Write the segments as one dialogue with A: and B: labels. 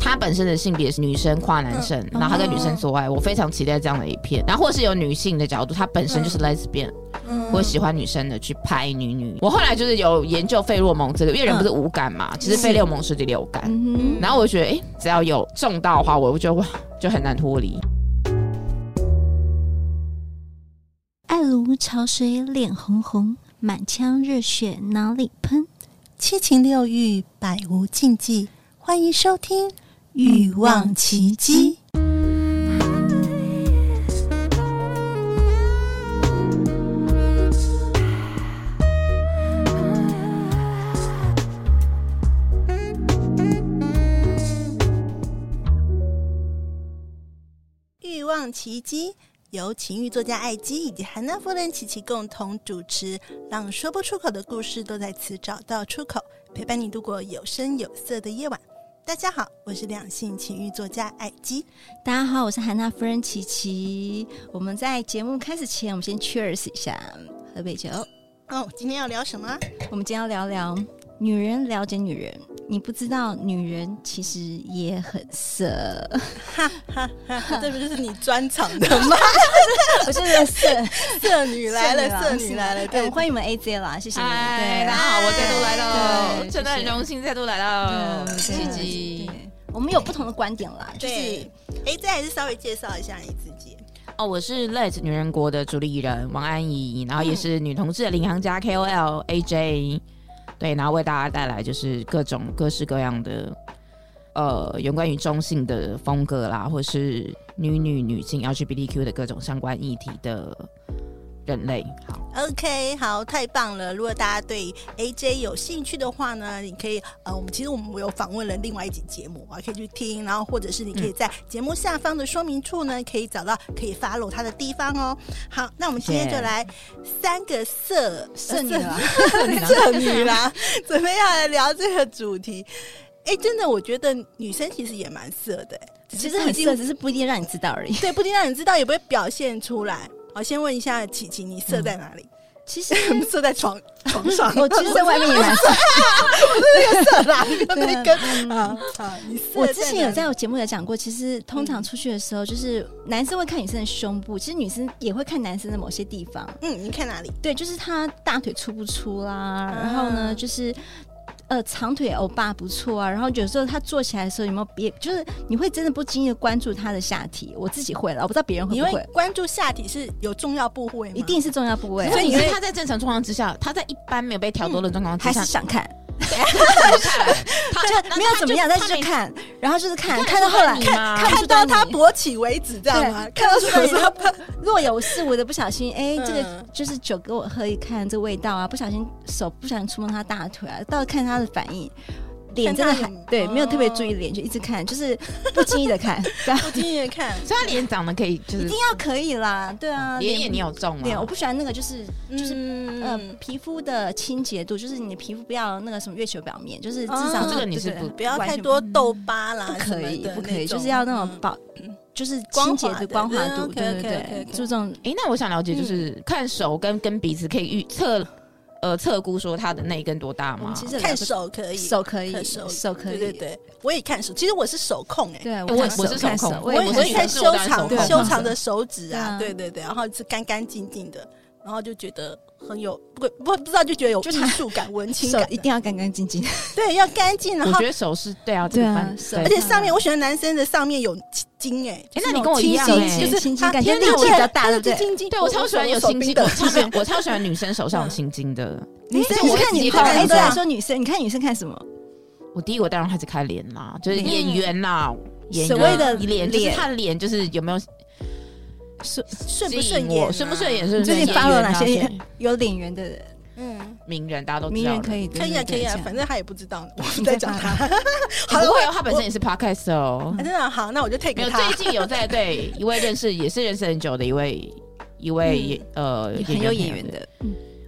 A: 他本身的性别是女生跨男生，
B: 嗯
A: 然后他跟女生做爱，我非常期待这样的一片。然后或是有女性的角度，她本身就是 lesbian，、
B: 嗯
A: 我喜欢女生的去拍女女。我后来就是有研究费洛蒙这个，因为人不是五感嘛，
C: 嗯
A: 其实费洛蒙是第六感。
B: 嗯
A: 然后我就觉得，哎、只要有中到的话，我就哇就很难脱离。
C: 爱如潮水，脸红红，满腔热血哪里喷？
B: 七情六欲，百无禁忌。欢迎收听《
C: 欲望奇迹》。
B: 欲望奇迹由情欲作家艾姬以及韩娜夫人琪琪共同主持，让说不出口的故事都在此找到出口，陪伴你度过有声有色的夜晚。大家好，我是两性情欲作家艾姬。
C: 大家好，我是韩娜夫人琪琪。我们在节目开始前，我们先 cheers 一下，喝杯酒。
B: 哦，今天要聊什么 啊？
C: 我们今天要聊聊女人了解女人。你不知道，女人其实也很色。
B: 这不就是你专场的吗？
C: 我真的色
B: 色女来了，色
C: 色啊
B: 女来了，
C: 对，
B: 对
C: 我们，欢迎我们 AJ 啦，谢谢你。
A: 嗨，
C: 对，
A: 大家好，我再度来
C: 对
A: 到，
C: 谢谢
A: 真的很荣幸再度来到
C: 对
A: 奇
C: 真的
A: 迹。
C: 对我们有不同的观点啦，就是
B: 对。哎，这还是稍微介绍一下你自己。
A: 哦，我是 Let 女人国的主理人王安怡，然后
C: 嗯
A: 也是女同志的领航家 KOL AJ，对，然后为大家带来就是各种各式各样的呃有关于中性的风格啦，或是女女女性 LGBTQ 的各种相关议题的人类。好，
B: OK，好，太棒了！如果大家对 AJ 有兴趣的话呢，你可以呃，我们其实我们有访问了另外一集节目啊，可以去听，然后或者是你可以
C: 嗯
B: 在节目下方的说明处呢，可以找到可以 follow 他的地方哦。好，那我们今天就来三个色
C: 色 女啊
B: 呃
C: 啦，
B: 色女啦，准备要来聊这个主题。哎，真的，我觉得女生其实也蛮色的、
C: 其实很色，只是不一定让你知道而已。
B: 对，不一定让你知道，也不会表现出来。好，先问一下琪琪，你色在哪里？
C: 其实
B: 射在床床上
C: 我其实在外面也蛮色。
B: 射 啦，不要再跟
C: 嗯
B: 啊啊！你射
C: 我之前有在
B: 哪里
C: 我节目有讲过，其实通常出去的时候，就是男生会看女生的胸部，其实女生也会看男生的某些地方。
B: 嗯，你看哪里？
C: 对，就是他大腿粗不粗啦，然后呢，就是呃长腿欧巴不错啊，然后有时候他坐起来的时候有没有别，就是你会真的不经意的关注他的下体，我自己会了，我不知道别人会
B: 你
C: 哦不
B: 会
C: 会，
B: 关注下体是有重要部位吗？
C: 一定是重要部位啊，
A: 所以你
B: 因
A: 是
B: 为
A: 他在正常状况之下，他在一般没有被挑多的状况之
C: 嗯还
A: 下，
C: 是想看，
A: 他看他
C: 就没有怎么样，但是就。
A: 他
C: 看，然后就是看，
A: 你看
C: 看到
A: 得
C: 后
A: 出
C: 来
A: 来你吗
C: 看
B: 看
C: 不
B: 到
C: 到你
B: 他勃起为止，这样吗？
C: 对
B: 看到什么时候？
C: 若有似无的不小心，哎、这个
B: 嗯
C: 就是酒给我喝一看，这味道啊，不小心手不小心触碰他大腿啊，到看他的反应，脸真的
B: 看他
C: 很
B: 有
C: 对，
B: 哦
C: 没有特别注意脸，就一直看，就是不经意的 看，这样
B: 我今天也看，
A: 所以他脸长得可以，就
C: 一
A: 是
C: 定要可以啦，对啊，
A: 脸也
C: 不
A: 你有中
C: 脸，我
A: 吗？
C: 不喜欢那个 就是就是。呃，
B: 嗯，
C: 皮肤的清洁度，就是你的皮肤不要那个什么月球表面，就是至少、
B: 哦
A: 这个你是
C: 对对对
B: 不要
C: 啊完
B: 太
C: 全
B: 多痘疤啦，
C: 不可
B: 什么，
C: 以
B: 的
C: 不可以，
B: 那种
C: 就是要那种
B: 嗯
C: 保，就是清
B: 光
C: 洁
B: 滑
C: 的嗯
B: 的
C: 光滑
B: 对
C: 度，对对
B: OK，OK，
C: 对，
B: OK，OK
C: 注重
A: 哎、那我想了解，就是、
C: 嗯
A: 看手跟跟鼻子可以预测，呃，测估说他的那一根多大
C: 我
A: 吗
C: 们？嗯其实有
B: 嗯看
C: 两个
B: 手可以，
C: 嗯手可以，
B: 看手
C: 手可以，
B: 对对对，我也看手，其实我是手控哎。
C: 对，
A: 我
C: 看
A: 我是
C: 手看
A: 手控
C: 手
A: 我
B: 我
A: 也
B: 也
A: 不
B: 会
A: 是
B: 看
A: 手
B: 修
A: 我当然
B: 长
A: 手控
B: 修长的手指啊，
C: 对
B: 对对对，然后是干干净净的，然后就觉得很有不不不知道就觉得有
C: 就
B: 艺
C: 它
B: 术感、文青
C: 手
B: 感
C: 一，定要干干净净。
B: 对，要干净，然
A: 我
B: 后
A: 觉得手是对啊，这
C: 对
A: 个
C: 啊
A: 翻
C: 手
A: 对
B: 而且上面我喜欢男生的上面有金哎，
A: 哎、那你跟我一样、
C: 清
A: 欸，
C: 新
A: 就是
C: 青筋
B: 他
C: 感觉
B: 天哪
C: 力气比较大
B: 对
C: 对不对
B: 金金，
A: 对我超喜欢有心经，
B: 的
A: 我，超 喜欢我超喜欢女生手上有心经的。
B: 女生
A: 我
C: 你
A: 会直
C: 看你
A: 接
C: 看
A: 看
C: 男
A: 手
C: 生来
A: 啊
C: 说女生，你看女生看什么？
A: 我第一我当然还是看脸啦，就是
C: 嗯
A: 演员啦，演员
C: 所谓的
A: 脸就是
C: 脸
A: 看脸，就是有没有
B: 顺不
A: 吸
B: 顺
A: 引
B: 眼
A: 我
B: 啊，
A: 顺不顺眼，是不是
C: 最近
A: 演
C: 发了
A: 员
C: 哪
A: 啊
C: 些
A: 谁
C: 有脸圆的
B: 嗯，
A: 名人？大家都知
C: 名
A: 道
C: 人
A: 了
C: 可以？
B: 可以啊，可
C: 对
B: 以啊
C: 这，样
B: 反正他也不知道我们在讲他，
A: 好
B: 好
A: 不
B: 了，
A: 会
B: 我
A: 哦，他本身也是 podcast 哦
B: 啊。 真的好，那我就 take
A: 没有，
B: 他
A: 最近有在对一位认识，也是认识很久的一位一位
B: 嗯
A: 演呃
C: 也很有
A: 朋友
C: 演员。
A: 对
C: 的，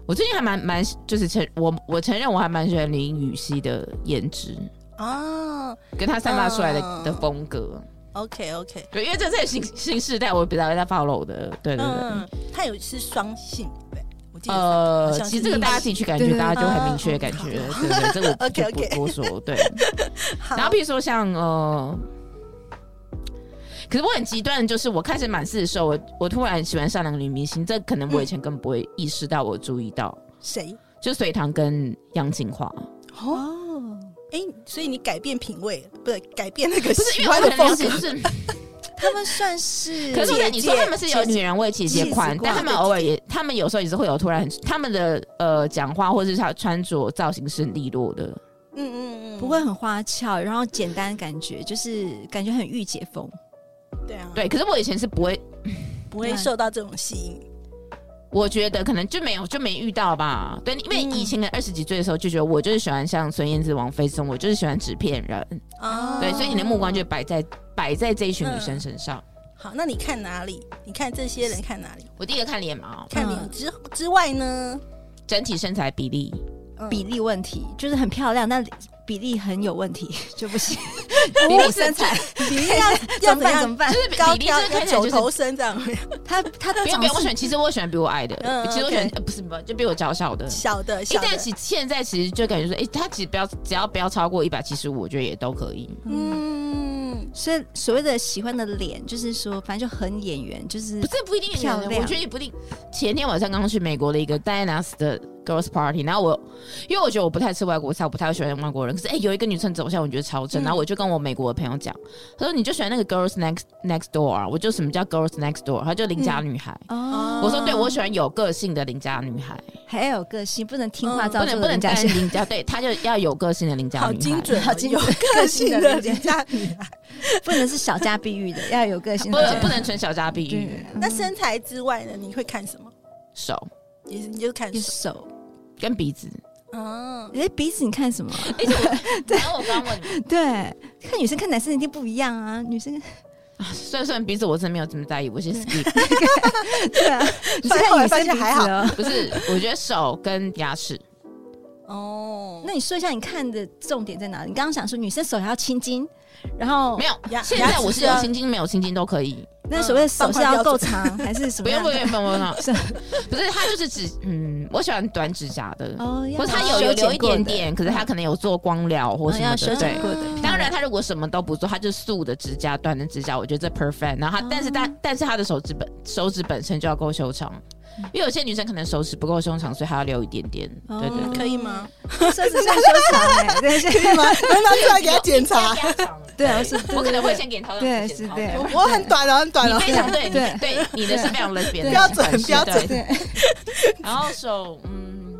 A: 我最近还蛮蛮就是承我我承认我还蛮喜欢林雨熙的颜值，
B: 哦
A: 跟她散发出来的
B: 嗯
A: 的风格。
B: ，OK OK，
A: 对，因为这是新新时代，我比较在 follow 的。对对对。
B: 嗯，他有是双性对，我记得是
A: 呃
B: 好，像
A: 其实
B: 是
A: 这个
B: 一
A: 大家自己去感
C: 对
A: 觉，
C: 对
A: 大家就很
B: 对
A: 明确 的感觉，对对，对这个我
B: OK，OK
A: 就不多说。对，
B: 好
A: 然后譬如说像呃，可是我很极端的就是，我开始满四的时候，我我突然喜欢上两个女明星，这可能我以前根本不会意识到，我注意到，
B: 谁？
A: 就隋唐跟杨锦华，
B: 哦，
C: 哦，
B: 哎，所以你改变品味，不是改变那个
A: 不是
B: 喜
A: 因为
B: 欢
A: 我
B: 的
A: 可能了
B: 风格
A: 解，就是，
C: 他们算是，
A: 可是我觉得你说
B: 姐姐
A: 他们是有女人味、姐姐款
C: 姐姐，
A: 但他们偶尔也，他们有时候也是会有突然，他们的呃讲话或者是他穿着造型是很利落的，
B: 嗯嗯嗯，
C: 不会很花俏，然后简单，感觉就是感觉很御姐风。
B: 对啊，，
A: 对。可是我以前是不会，
B: 不会受到这种吸引。
A: 我觉得可能就没有就没遇到吧，对，因为
B: 嗯
A: 以前的二十几岁的时候就觉得我就是喜欢像孙燕姿、王菲这种，我就是喜欢纸片人，
B: 哦
A: 对，所以你的目光就摆在摆在这一群女生身上。
B: 好，那你看哪里？你看这些人看哪里？
A: 我第一个看脸毛，
B: 看脸之之外呢？
A: 整体身材比例，
B: 嗯
C: 比例问题，就是很漂亮，但比例很有问题 就 不行。
A: 比
C: 我
A: 例
C: 身材
B: 比例要
C: 怎
B: 要
C: 么
B: 怎
C: 办？
B: 样？
C: 怎么办
A: 就？是比
B: 高
A: 例就
B: 挑
A: 是
B: 要
A: 看起来
B: 九
A: 就是。
B: 头身这样，
C: 他他的
A: 不要
C: 长
A: 不要，我
C: 相
A: 喜欢，其实我喜欢比我矮的，
B: 嗯嗯
A: 其实我喜欢
B: OK 呃
A: 不是不就比我较小的。
B: 小的
A: 哎
B: 小，的
A: 但，其现在其实就感觉说，哎，他其实不要只要不要超过一百七十五，我觉得也都可以。
C: 嗯。
B: 嗯，
C: 所以所谓的喜欢的脸，就是说，反正就很演员，就是
A: 不是不一定
C: 漂亮
A: 我觉得也不一定。前天晚上刚去美国的一个 Diana's 的 Girls Party，然后我因为我觉得我不太吃外国菜，我不太喜欢外国人，可是哎、有一个女生走向我觉得超正，然后我就跟我美国的朋友讲，他说你就喜欢那个 Girls Next Next Door，啊我就什么叫 Girls Next Door，她就邻家女孩。
C: 哦
A: 我说对，我喜欢有个性的邻家女孩，
C: 还有个性，不能听话
B: 嗯
A: 不
C: 造
A: 能
C: 就
A: 不
C: 人
A: 能
C: 家
A: 单
C: 是
A: 邻家，对，她就要有个性的邻家女孩。
B: 好精 准哦，
C: 好精
B: 有
C: 准
B: 个性的邻
C: 个性
B: 家女孩。
C: 不能是小家碧玉的，要有个性
A: 不
C: 的
A: 能
C: 人。
A: 不能纯小家碧
C: 对
A: 玉，，
B: 那身材之外呢？你会看什么？
A: 手
B: 也是你就看
C: 嗯
B: 手。
C: 手，
A: 跟鼻子。
B: 嗯，
C: 哎，鼻子你看什么？
A: 然后我刚问你，
C: 对，看女生看男生一定不一样啊，女生
A: 虽然虽然鼻子我真的没有这么在意，我是 skip。
C: 对啊，你是看女生鼻子
B: 后来发现还好
C: 哦。
A: 不是，我觉得手跟牙齿，
B: 哦，
C: 那你说一下你看的重点在哪里？你刚刚想说女生手还要青筋，然后
A: 没有。
B: 牙
A: 现
B: 牙
A: 在
B: 齿
A: 我是
B: 要
A: 有青筋，没有青筋都可以，
C: 那所谓的手是
B: 嗯放宽
C: 要
B: 标
C: 够
B: 准
C: 长还是什
A: 不
C: 么
A: 用
C: 样
A: 不
C: 的？
A: 用不用不用，
C: 是
A: 不是它就是指嗯，我喜欢短指甲的，
C: 哦，
A: 或者它
C: 要
A: 有有
C: 修
A: 留
C: 剪
A: 一
C: 过的
A: 点，点，可是它可能有做光疗或
C: 我
A: 什
C: 要
A: 么
C: 修
A: 的，
C: 剪
A: 对。
C: 过的。
A: 当然，他如果什么都不做，他就是素的指甲、短的指甲，我觉得这 perfect。然后
C: 哦
A: 他，但是他，但是他的手指本手指本身就要够修长，因为有些女生可能手指不够修长，所以还要留一点点。
C: 哦
A: 对对对，
B: 嗯可 以吗？
C: 他算是算修长哎，对是
B: 可以吗？能拿出来给他检查？
C: 对啊，是
A: 我可能会先给你掏，
C: 对是对
B: 我 我很短哦了，很短
A: 你
B: 了。
A: 非常对，
C: 对
A: 你对你的是非常 lesbian 的
C: 对
B: 标准
A: 款式
B: 标准
A: 对
C: 对，
A: 然后手，嗯，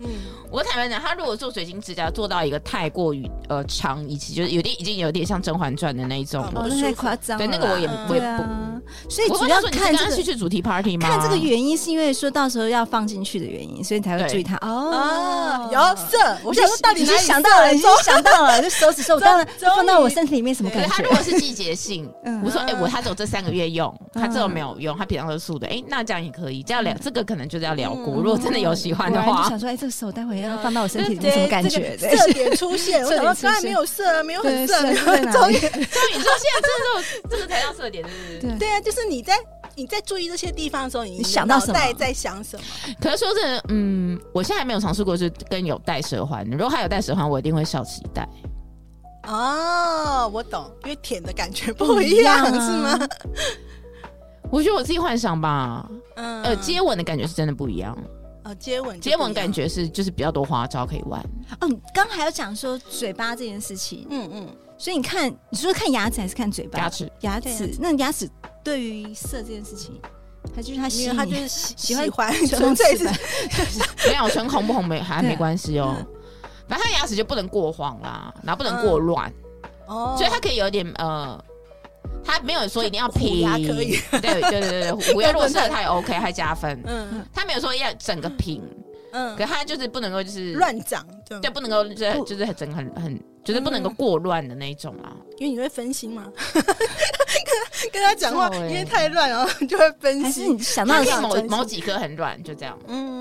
B: 嗯，
A: 我坦白讲，他如果做水晶指甲做到一个太过于呃长，以及就是有点已经有点像《甄嬛传》的那一种
B: 哦
C: 哦
A: 了。
C: 那太夸张
A: 对，
C: 了啦。
A: 那个我也
B: 嗯
A: 我也
C: 对
A: 不。
C: 啊，所以
A: 我
C: 主
A: 问
C: 要
A: 他说：“你
C: 看
A: 刚
C: 这
A: 刚是
C: 个
A: 去主题 party 吗？”
C: 看这个原因，是因为说到时候要放进去的原因，所以你才会
A: 对
C: 注意它哦
B: 啊，。有色，我想说到底
C: 你
B: 哪里
C: 想到了，
B: 色
C: 你就想到 了，就手指手，当然
B: 终于
C: 放到我身体里面什么
A: 可是
C: 感
A: 它如
C: 觉？
A: 果是季节性
C: 嗯，
A: 我说哎、
B: 嗯
A: 我它只有这三个月用，它这种
C: 嗯
A: 没有用，它平常都是素的，哎、那这样也可以，这样聊、这个可能就是要聊过。
B: 嗯
A: 如果真的有喜欢的
C: 果然
A: 话
C: 就，想说，哎，这个手待会要放到我身体
B: 对
C: 里面什么感
B: 这
C: 觉？
B: 个
C: 对
B: 色点出 现，我
C: 色
B: 想
C: 点
B: 到
C: 出
B: 刚才
C: 现
B: 没有色，啊没有很色，
C: 对
B: 没有
C: 色在
B: 很
C: 哪
B: 重
C: 里
B: 点。
A: 所以你说现在这个这个才叫色点，是不是？
C: 对
B: 对啊，就是你在你在注意这些地方的时候，你
C: 嗯你想到
B: 脑
C: 什么
B: 袋在想什么？
A: 可是说真的，嗯，我现在还没有尝试过是跟有戴舌环。如果他有戴舌环，我一定会笑期待。
B: 哦，我懂，因为舔的感觉不一样，
C: 不一样啊
B: 是 吗？
A: 我觉得我自己幻想吧，
B: 嗯
A: 呃，接吻的感觉是真的不一样，
B: 哦接吻就
A: 接
B: 不
A: 吻
B: 一样
A: 感，觉是就是比较多花招可以玩。
C: 哦，你刚还有讲说嘴巴这件事情，
B: 嗯嗯，
C: 所以你看，你说看牙齿还是看嘴巴？
A: 牙齿，
C: 牙
B: 对
C: 齿，那牙齿对于色这件事情，它就是它吸
B: 因
C: 引
B: 为他
C: 你，
B: 就是喜
C: 喜欢
B: 喜欢，
C: 就
B: 纯粹是
C: 是
A: 没有唇红不红没还
C: 对
A: 没关系哦。反正他牙齿就不能过黄啦，然后不能过乱，
B: 哦
A: 所以他可以有点呃，他没有说一定要
B: 虎
A: 平，
B: 牙可以，
A: 对对对对对，虎牙如果色他也 OK，还加分。
B: 嗯
A: 他没有说要整个平，
B: 嗯
A: 可他就是不能够就是
B: 乱长，对
A: 就
B: 吗，
A: 不能够就是
C: 不嗯
A: 就是很整很很就是不能够过乱的那一种啊。
B: 因为你会分心嘛。跟跟他讲话，
A: 不知道欸
B: 因为太乱，然后就会分
C: 还是
B: 心。
C: 你想到
A: 那
C: 的
A: 可
C: 啊是
A: 以某
B: 专心
A: 某几颗很软，就这样。
B: 嗯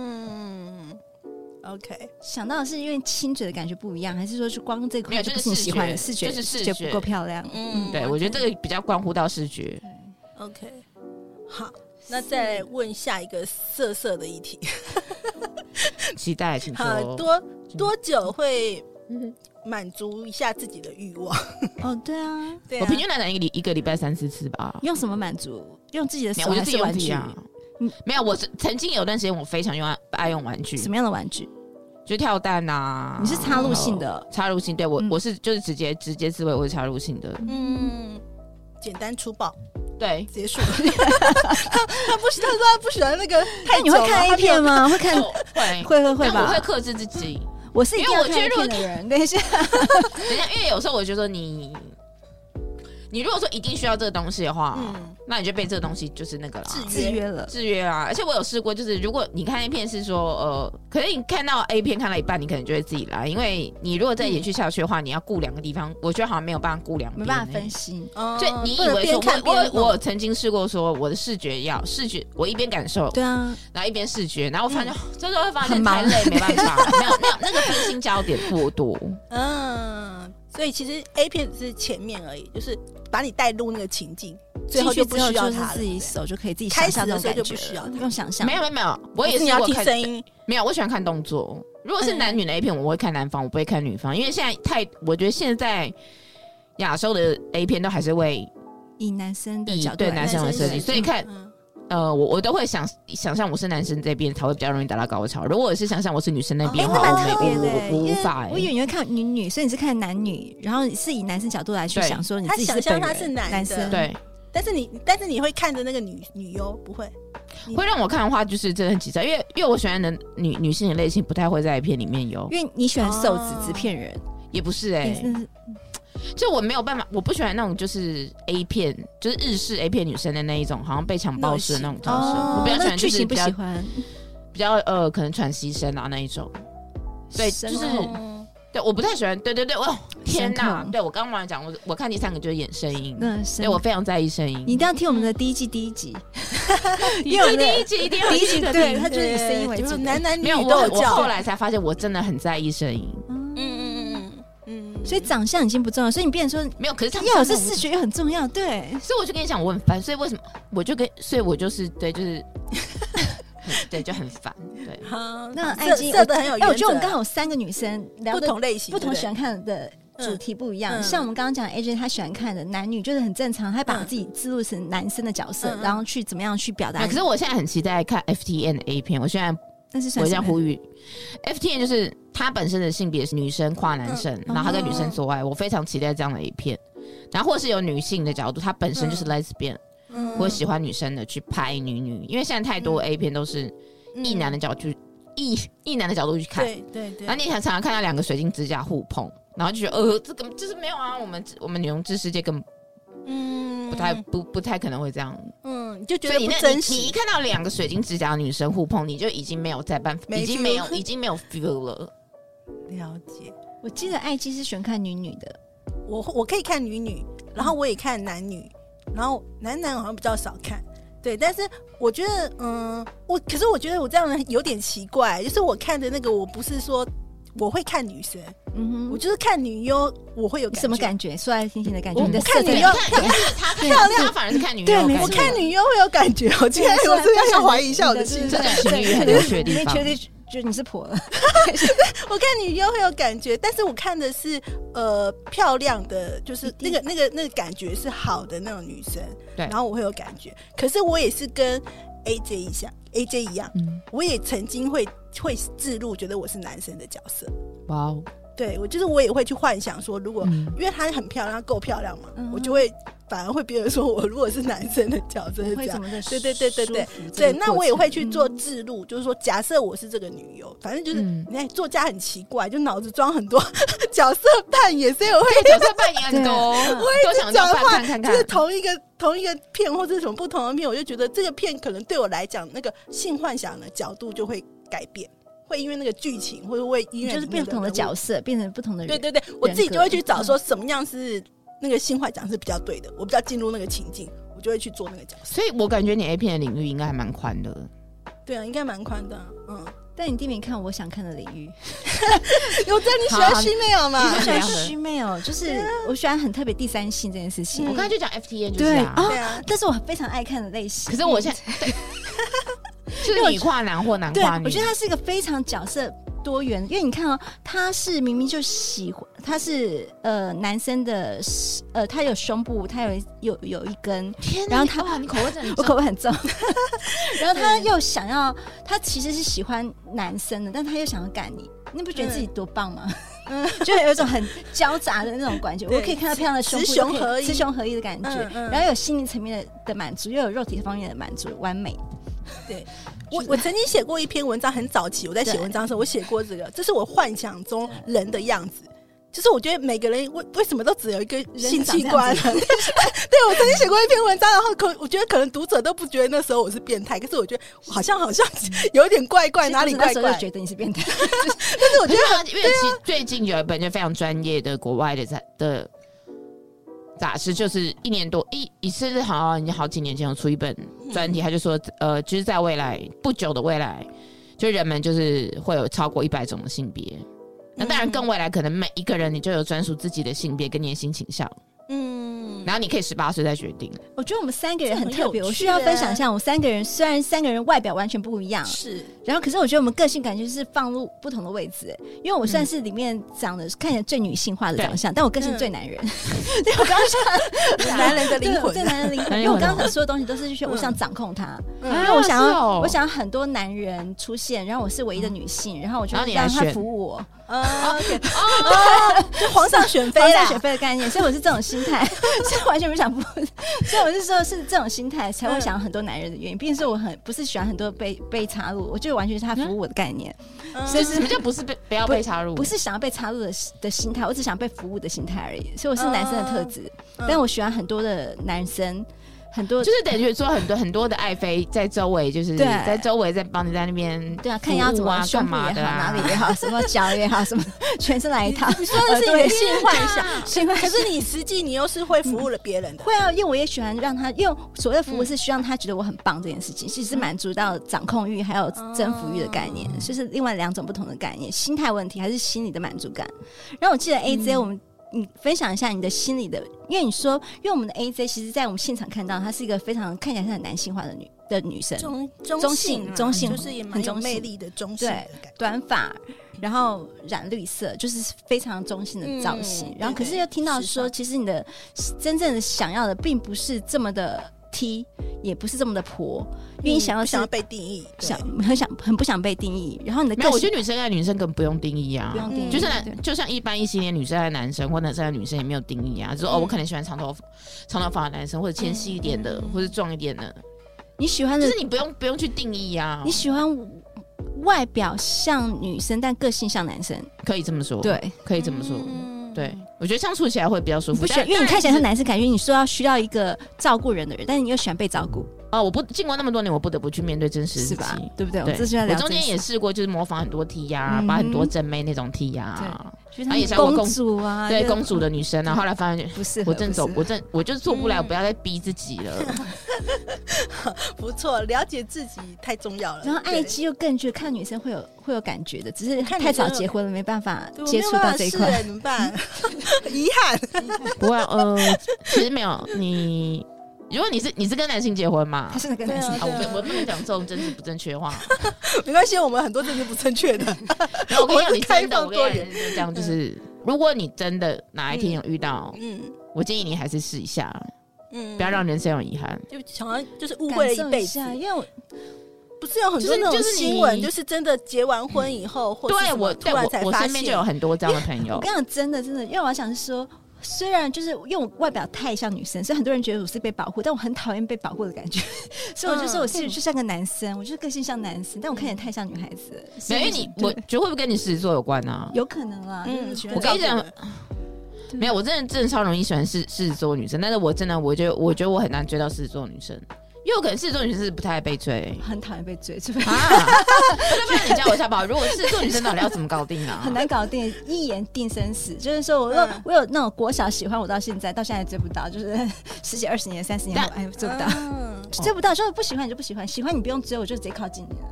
B: 嗯，OK，
C: 想到的是因为亲嘴的感觉不一样，还是说是光这
A: 没有
C: 块
A: 就是
C: 不是你喜欢的
A: 视
C: 视
A: 觉
C: 觉，
A: 就是视
C: 觉
A: 觉
C: 不够漂 亮？
B: 嗯
C: 嗯，
A: 对，
B: OK
A: 我觉得这个比较关乎到视觉。
B: OK，好，那再来问下一个色色的议题，
A: 期待，请
B: 好
A: 说。
B: 多多久会满足一下自己的欲望。
C: 哦，对啊，
B: 对、啊，
A: 我平均来讲一个礼一个礼拜三四次吧。
C: 用什么满足？用自己的
A: 没
C: 手
A: 有我就
C: 还
A: 自己
C: 是
A: 用
C: 玩
A: 自己
C: 具？
A: 啊
C: 嗯。
A: 没有，我是曾经有段时间我非常用爱爱用玩具，
C: 什么样的玩具？
A: 就跳蛋啊。
C: 你是插入性的
A: 然后？插入性，对我、
C: 嗯
A: 我是就是直接直接思维，我是插入性的。
B: 嗯，简单粗暴
A: 对，
B: 结束。他他不喜，他说他不喜欢那个太
A: 哎
C: 那哎你会看 A 片
B: 吗？
C: 吗？会 看
A: 就？会
C: 会会会
A: 但我
C: 吧
A: 会？克制自己。
C: 我是一定要看
A: 因为
C: A
A: 我觉
C: 片
A: 得
C: 的人。等一 下，
A: 等一下，因为有时候我觉得你，你如果说一定需要这个东西的话，
B: 嗯
A: 那你就被这个东西就是那个啦。
B: 制
C: 制约了。
A: 制约啊，而且我有试过，就是如果你看 A 片是说，呃，可是你看到 A 片看到一半，你可能就会自己来，因为你如果再延续下去的话，你要顾两个地方，我觉得好像没有办法顾两边、欸
C: 没办法分。析，
B: 嗯
A: 就你以
B: 不能
A: 为说
B: 边看
A: 我
B: 边
A: 我我
B: 弄
A: 有曾经试过说我的视觉要视觉，我一边感受，
C: 对啊，
A: 然后一边视觉，然后我发
B: 嗯
A: 现、这时候会发
C: 很
A: 现
C: 忙
A: 太累，没办法，没有没有那个分心焦点过 多。
B: 嗯，所以其实 A 片只是前面而已，就是把你带入那个情境，最
C: 进
B: 后
C: 去
B: 就不
C: 之后
B: 需要
C: 就是
B: 它了
C: 自。己手就可以自己
B: 开
C: 想
B: 始
C: 象
B: 的时候
C: 那种感
B: 就
C: 觉
B: 不需要
C: 了用想象。
A: 没有没有没有，我也
B: 还是
A: 是
B: 你要
A: 我
B: 听
A: 看
B: 声 音，
A: 没有，我喜欢看动作。如果是男女的 A 片，我会看男方，我不会看女方，因为现在太，我觉得现在亚洲的 A 片都还是会
C: 以男生的
A: 以
C: 角度
A: 对
C: 来
A: 男生
C: 看
A: 为
B: 的
A: 设计，
B: 对
A: 所以看
B: 嗯，
A: 呃，我我都会想想象我是男生这边才会比较容易达到高潮。如果我是想象我是女生那边
B: 哎
A: 的
B: 那
C: 哦
A: 话，
B: 蛮特
A: 啊我没
B: 别的
A: 我我我无法
C: 因为我以
A: 欸。
C: 为你会看女女，所以你是看男女，然后你是以男生角度来去
A: 对
C: 想说你
B: 他
C: 自己
B: 想
C: 是
B: 象
C: 本
B: 他
C: 人
B: 是男的
C: 生，
A: 对，
B: 但是你但是你会看着那个女女优，不会？
A: 会让我看的话就是真的很紧张，因为因为我喜欢的女女性的类型不太会在 A 片里面有，
C: 因为你喜欢瘦子
B: 哦
C: 纸片人，
A: 也不是哎、
C: 你真的是
A: 就我没有办法，我不喜欢那种就是 A 片，就是日式 A 片女生的那一种，好像被强暴式的那种角色。
B: 哦
A: 我比较喜
C: 那
A: 欢就
C: 剧
A: 是
C: 情不
A: 比
C: 喜
A: 较
C: 欢，
A: 比较呃，可能喘息声啊那一种。对
C: 深
A: 就是
C: 刻
B: 嗯
A: 对，我不太喜欢。对对对，哦，天
C: 声
A: 哪！
C: 控
A: 对我刚刚忘了讲，我我看第三个就是演声音，
C: 那
A: 对
C: 深
A: 我非常在意声音。
C: 你一定要听我们的第一季第 一集，
A: 因
C: 因为我
A: 为
C: 们的
A: 第一集一定要
C: 第一集
A: 个
C: 对
A: 听
C: 他就是
B: 对
C: 以声音为
B: 就是
C: 主的
B: 男男女
A: 没有
B: 女
A: 我
B: 都有
A: 我
B: 叫。
A: 后来才发现，我真的很在意声音。
B: 嗯嗯嗯嗯嗯，
C: 所以长相已经不重要，所以你变成说，
A: 没有，可是他们
C: 要有是
A: 真的
C: 视觉也很重要，对，
A: 所以我就跟你讲，我很烦。所以为什么我就跟，所以我就是对，就是 很对，就很烦。 对，
B: 好，
C: 那
B: 色
C: 爱情
B: 色的很有原
C: 哎，
B: 则，
C: 我觉得我们刚好三个女生聊
B: 不
C: 的
B: 同类型，
C: 不同
B: 对对
C: 喜欢看的主题不一样，
B: 嗯
C: 像我们刚刚讲 AJ 他喜欢看的男女就是很正常，他把
B: 嗯
C: 自己置入成男生的角色，
B: 嗯嗯
C: 然后去怎么样去表达
A: 啊，可是我现在很期待看 FTN 的 A 片，我现在
C: 但是算
A: 我
C: 什
A: 这
C: 么
A: 样呼吁，FTN 就是他本身的性别是女生跨男生，
B: 嗯
A: 然后他跟女
B: 哦
A: 生做爱，我非常期待这样的一片。然后或是有女性的角度，她本身就是
B: 嗯
A: lesbian，、
B: 嗯
A: 我喜欢女生的去拍女女，因为现在太多 A 片都是一男的角度，一一男的角度去看，
B: 嗯对对对，
A: 然后你常常看到两个水晶指甲互碰，然后就觉得呃，这个就是没有啊，我们我们女同志世界根本
B: 嗯
A: 不太、不不太可能会这样，
B: 嗯，你就觉
A: 所
B: 得
A: 以你
B: 不
A: 那你
B: 真
A: 你一
B: 实，
A: 看到两个水晶指甲的女生互碰，你就已经没有再办法，
B: 没
A: 已经
B: feel
A: 没有已经没有 feel 了。
B: 了解。
C: 我记得艾姬是喜欢看女女的，
B: 我我可以看女女，
C: 嗯
B: 然后我也看男女，然后男男好像比较少看。对，但是我觉得，嗯，我可是我觉得我这样有点奇怪，就是我看的那个，我不是说我会看女生，
C: 嗯哼，
B: 我就是看女优，我会有
C: 你什么
B: 觉？
C: 感觉？说来听听的感觉，
A: 我
C: 你的
B: 我看
C: 色彩
B: 你
A: 你
B: 要
A: 看，你看他漂亮，他反而是看女
C: 对
A: 优，
C: 没错
B: 我看女优会有感觉，我今天我真的要怀疑一下我的心
A: 这
B: 态。
A: 种情欲很有趣的地
C: 你
A: 方
C: 觉得觉得你是婆了，
B: 我看女优会有感觉，但是我看的是呃漂亮的，就是那
C: 一定
B: 个那个那个感觉是好的那种女生，
A: 对
B: 然后我会有感觉。可是我也是跟 AJ 一样，AJ 一样，
A: 嗯，
B: 我也曾经会会自入觉得我是男生的角色，
A: 哇哦，
B: 对我就是我也会去幻想说，如果、
A: 嗯
B: 因为她很漂亮，够漂亮嘛，
C: 嗯
B: 我就会反而会别人说我如果是男生的角色是这
C: 会
B: 样
C: 怎。么的舒
B: 对
C: 服？
B: 对对对对
C: 这个
B: 对，
C: 过
B: 那我也
C: 程
B: 会去做
C: 嗯
B: 自录，就是说，假设我是这个女优，反正就是，
A: 嗯
B: 你看作家很奇怪，就脑子装很多 角色扮演，所以我会
A: 角色扮演很多， 我想
B: 讲
A: 看
B: 话
A: 看看
B: 就是
A: 看。
B: 同一个同一个片或者什么不同的片，我就觉得这个片可能对我来讲，那个性幻想的角度就会改变，会因为那个剧情，或者会因为
C: 就是
B: 里
C: 变
B: 面
C: 不同的
B: 人物
C: 角色，变成不同的人。
B: 对对对，我自己就会去找
C: 人格嗯
B: 说什么样是那个性幻想是比较对的，我比较进入那个情境，我就会去做那个角色。
A: 所以我感觉你 A 片的领域应该还蛮宽的，
B: 对啊，应该蛮宽的啊、嗯，
C: 但你弟没看我想看的领域，
B: 有在你喜欢
A: 好
B: 虚妹啊
A: 你是？
B: 吗
C: 我
A: 怎
C: 喜欢
A: 样的
C: 虚妹哦，就是我喜欢很特别第三性这件事情。
B: 啊嗯
A: 我刚才就讲 FTN 就是啊
C: 对，
B: 对啊，
C: 但是我非常爱看的类型。
A: 可是 我现在是女跨男或男
C: 对，
A: 跨女，
C: 我觉得他是一个非常角色多元，因为你看哦，他是明明就喜欢，它是呃男生的呃，他有胸部，他有一有有一根，
A: 天
C: 哪
A: 然后
C: 你
A: 他哇，你口味真 的
C: 我
A: 很重，
C: 口味很重。 然后他又想要，他其实是喜欢男生的，但他又想要干你，你不觉得自己多棒吗？
B: 嗯
C: 就有一种很交杂的那种感觉。
B: 对
C: 我可以看到漂亮的胸
B: 雌
C: 部，
B: 雄
C: 又可以
B: 合一
C: 雌雄合一的感觉，
B: 嗯嗯
C: 然后有心灵层面的的满足，又有肉体方面的满足，完美。
B: 我我曾经写过一篇文章，很早期，我在写
C: 对
B: 文章的时候，我写过这个，这是我幻想中人的样子。就是我觉得每个人为为什么都只有一个性器官？ 对，我曾经写过一篇文章，然后可我觉得可能读者都不觉得那时候我是变态，可是我觉得我好像好像 有点怪怪，哪里
C: 其实我
B: 怪
C: 那时候
B: 怪
C: 就？觉得你是变 态，
B: 但是我觉得
A: 对啊，因为其最近有一本就非常专业的国外的杂的杂志，就是一年多一一次，好像已经好几年前有出一本专题，他就说，呃，就是在未来不久的未来，就人们就是会有超过一百种的性别。那当然，
B: 嗯
A: 更未来可能每一个人你就有专属自己的性别跟年薪倾向，
B: 嗯，
A: 然后你可以十八岁再决定。
C: 我觉得我们三个人很特别。
B: 这很有趣
C: 我需要分
B: 啊
C: 享一下，我们三个人虽然三个人外表完全不一样，
B: 是
C: 然后可是我觉得我们个性感觉是放入不同的位置，哎因为我算是里面长得看起来最女性化的长相，但我个性最男人。 对，我刚刚想
B: 男人的灵
C: 对我
B: 魂
C: 最，男人的灵魂，嗯
A: 男人
C: 因为我
A: 魂哦
C: 刚刚所有东西都是去，我想掌控他，因
B: 嗯
C: 为我想
A: 啊是
C: 要
A: 哦
C: 我想要很多男人出现，然后我是唯一的女性，然后我就
A: 然后你
C: 让
A: 来
C: 他
A: 选
C: 服务我，
B: 啊，OK，哦就皇上选妃
C: 放
B: 啦
C: 下，学费的概念，所以我是这种心 态，所以完全不想不，所以我是说是这种心态
A: 嗯
C: 才会想要很多男人的原因，毕竟是我很不是喜欢很多被被插入，我就完全是他服务我的概念。
B: 嗯
A: 所以什么叫不是被不要被插入？
C: 不是想要被插入的的心态，我只想被服务的心态而已。所以我是男生的特质，但我喜欢很多的男生，很多
A: 嗯就是等于说很多很多的爱妃在周围，就是
C: 对
A: 在周围在帮你在那边
C: 对啊，看你要怎
A: 服务
C: 么
A: 啊
C: 胸
A: 干
C: 部
A: 嘛
C: 也好，
A: 的啊
C: 哪里也好，什么脚也好，什么全身来一套。你说
B: 的是你的
C: 呃性幻
A: 啊
C: 想，性幻
B: 可
C: 想。
B: 是你实际你又是会服务了别人的，
C: 会啊，因为我也喜欢让他，因为所谓的服务是希望他觉得我很棒这件事情，其实是满足到掌控欲还有征服欲的概念，就是另外两种不同的概念，心态问题还是心理的满足感。然后我记得 A J 我们。你分享一下你的心理的，因为你说，因为我们的 A J 其实，在我们现场看到，她是一个非常看起来是很男性化的女的女生，
B: 中中性
C: 中性
B: 啊
C: 中性
B: 就是也蛮
C: 很
B: 有
C: 中性
B: 魅力的中性的
C: 对
B: 感觉。
C: 短发，然后染绿色，就是非常中性的造型。
B: 嗯
C: 然后可是又听到说，
B: 对对
C: 其实你的真正的想要的，并不是这么的 T，也不是这么的婆，因为你想要
B: 嗯不
C: 是
B: 想要被定义，对
C: 想很想很不想被定义。然后你的
A: 没有，哎
C: 个
A: 我觉
C: 性
A: 得女生爱女生更不用定义啊
C: 不，用
B: 嗯
C: 定义，
A: 就是
C: 对
A: 就像一般异性恋女生爱男生，或男生爱女生也没有定义啊，就是、哦，
B: 嗯
A: 我可能喜欢长头长头发的男生，或者纤细一点的，
C: 嗯
A: 或者壮一点的，
C: 你喜欢
A: 就
C: 的
A: 是你不用不用去定义啊
C: 嗯你，喜欢外表像女生，但个性像男生，
A: 可以这么说，，
C: 对。
A: 可以这么说，
B: 嗯
A: 对，我觉得相处起来会比较舒
C: 你
A: 服，
C: 不喜欢，
A: 但
C: 因为你看起来
A: 但
C: 像男生，感觉你说要需要一个照顾人的人，但是你又喜欢被照顾，
A: 哦，我不经过那么多年，我不得不去面对真实
C: 是
A: 自
C: 吧
A: 己。？
C: 对不对？我
A: 对
C: 们这就要，
A: 我
C: 聊
A: 中
C: 真
A: 间
C: 实
A: 也试过，就是模仿很多 T 呀、啊，
C: 嗯哼
A: 把很多正妹那种 T 呀、啊，
C: 就是他
A: 啊也
C: 们
A: 是我
C: 公
A: 公
C: 主啊，
A: 对
C: 就是
A: 公主的女生，然啊后后来发现
C: 不适合，
A: 我真走，
C: 不
A: 我
C: 适合
A: 真我就是做不来，
B: 嗯
A: 我不要再逼自己了。
B: 不错，了解自己太重要了。
C: 然后爱
B: 对
C: 妻又更觉得看女生会有会有感觉的，只是
B: 看女
C: 太
B: 生
C: 早
B: 有
C: 结婚了，没办法
B: 对我没
C: 接
B: 有
C: 触
B: 办
C: 到
B: 法
C: 这一
B: 试
C: 块。
B: 哎怎么办？遗憾，
A: 不会，呃，其实没有你，如果你是你是跟男性结婚嘛
C: 他？是那个
B: 对
C: 男
B: 啊
C: 生，
A: 啊，我不我不能讲这种政治不正确的 话。
B: 没关系，我们很多政治不正确 的，
A: 然后我跟你讲，你真的，
B: 我
A: 我
B: 是开放多
A: 跟
B: 元
A: 你讲，这样就是，如果你真的哪一天有遇到，
B: 嗯
A: 我建议你还是试一下，
B: 嗯，
A: 不要让人生有遗憾。
B: 就好像就是误
C: 感
B: 会了
C: 受
B: 一辈子，
C: 下因为
A: 哦
C: 我
B: 不是有很
A: 就
B: 多
A: 是
B: 那种
A: 就是你
B: 新闻，就是真的结完婚以后，或
A: 嗯
B: 是
A: 对
B: 什么
A: 我，
B: 突
A: 对
B: 然
A: 我
B: 才
A: 我
B: 发
A: 身边就有
B: 现，
A: 很多这样的朋
C: 我
A: 友
C: 跟。你讲，真的真的，因为我想是说。虽然就是因为我外表太像女生，所以很多人觉得我是被保护，但我很讨厌被保护的感觉， 所以我就
B: 嗯
C: 说我是就像个男生，我就是个性像男生，但我看起来太像女孩子了。所
A: 没有，
C: 以
A: 因为你
C: 就是
A: 我觉得会不会跟你狮子座有关啊？
C: 有可能啦，
B: 嗯
C: 就是
A: 我
C: 对
A: 跟你讲，
C: 对
A: 没有，我真的真的超容易喜欢狮狮子座女生，但是我真的，我觉得我觉得我很难追到狮子座女生，因为我可能狮子座女生是不太爱被追
C: 很讨厌被追，除非
A: 啊。 要不然你教我一下吧，如果狮子座女生到底要怎么搞定啊？
C: 很难搞定，一言定生死。就是说我有、
B: 嗯
C: 我有那种国小喜欢我到现在，到现在追不到，就是 十几、二十年、三十年后，哎，追不到，
B: 嗯
C: 追不到，就是不喜欢你就不喜欢，喜欢你不用追，我就直接靠近你了。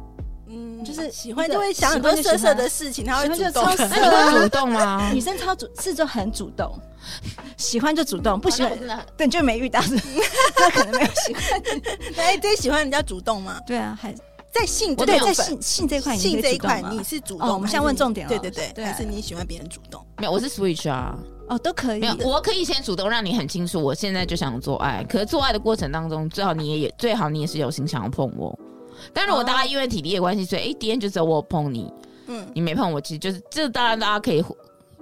B: 嗯，
C: 就是
B: 喜欢
C: 一个
B: 就会想很
C: 喜欢
B: 多
C: 就
B: 色
C: 喜
B: 色
C: 欢
B: 的事情，他会
C: 喜欢
B: 主
C: 就
B: 动
C: 超。
A: 那你会主动啊吗？
C: 女生超主，是就很主动，喜欢就主动，不喜
A: 好像我
C: 欢
A: 真的很
C: 对你就没 遇到，那可能没有喜欢。
B: 那 A J 哎喜欢人家主动吗？
C: 对啊，还
B: 在性这
C: 对
B: 部
C: 在
B: 分
C: 性性这一块，
B: 性这一块
C: 你可以
B: 你是主
C: 主动吗哦
B: 动
C: 我
B: 吗，
C: 们现在问重点了
B: 对对对，
C: 对
B: 还是你喜欢别人主动？
A: 没有，我是 Switch 啊，
C: 哦，都可以
A: 没有，我可以先主动让你很清楚，我现在就想做爱。可是做爱的过程当中，最好你也最好你也是有心想要碰我。但如果大家因为体力的关系，所以哎，敌人就只有我碰你，
B: 嗯
A: 你没碰我，其实就是这当然大家可以互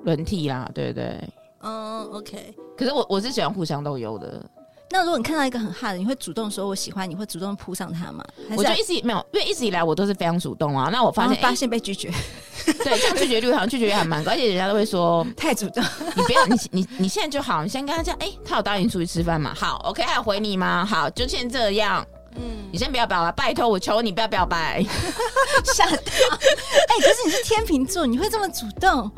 A: 轮替啦，对不对？
B: 嗯，OK，
A: 可是我我是喜欢互相都有的，
C: 那如果你看到一个很哈的，你会主动说“我喜欢你”，会主动扑上他吗？还
A: 我
C: 是
A: 就一直以没有，因为一直以来我都是非常主动啊。那我发
C: 然后
A: 现，哎
C: 发现被拒绝？
A: 对，这样拒绝率好像拒绝率还蛮高，而且人家都会说
C: 太主动，
A: 你不要，你你你现在就好，你先跟他讲，哎、他有答应你出去吃饭吗？好，OK，他有回你吗？好，就先这样，
B: 嗯
A: 你，先不要表白，拜托我求你不要表白。
C: 吓到！哎、可是你是天秤座，你会这么主动？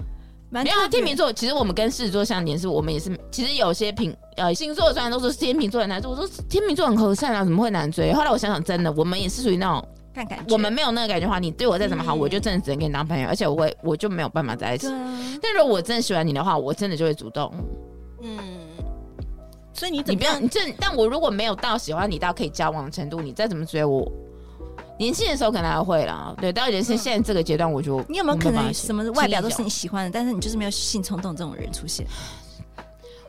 C: 蛮
A: 没
C: 特
A: 有啊
C: 别
A: 天秤座，其实我们跟狮子座相连是，我们也是，其实有些平呃星座虽然都说是天秤座很难追，我说天秤座很和善啊，怎么会难追？后来我想想，真的，我们也是属于那种，
C: 看感觉，
A: 我们没有那个感觉的话，你对我再怎么好，
B: 嗯
A: 我就真的只能跟你当朋友，而且我会我就没有办法在一起
C: 对。啊，
A: 但如果我真的喜欢你的话，我真的就会主动。
B: 嗯，所以你怎
A: 你
B: 么
A: 不要，
B: 样？
A: 你这，但我如果没有到喜欢你到可以交往的程度，你再怎么追我，年轻的时候可能还会啦。对，到人生
B: 嗯
A: 现在这个阶段，我就
C: 你有没有
A: 我
C: 可
A: 办法
C: 能
A: 写
C: 什么外表都
A: 轻易
C: 是你喜欢的，但是你就是没有性冲动这种人出现？
A: 有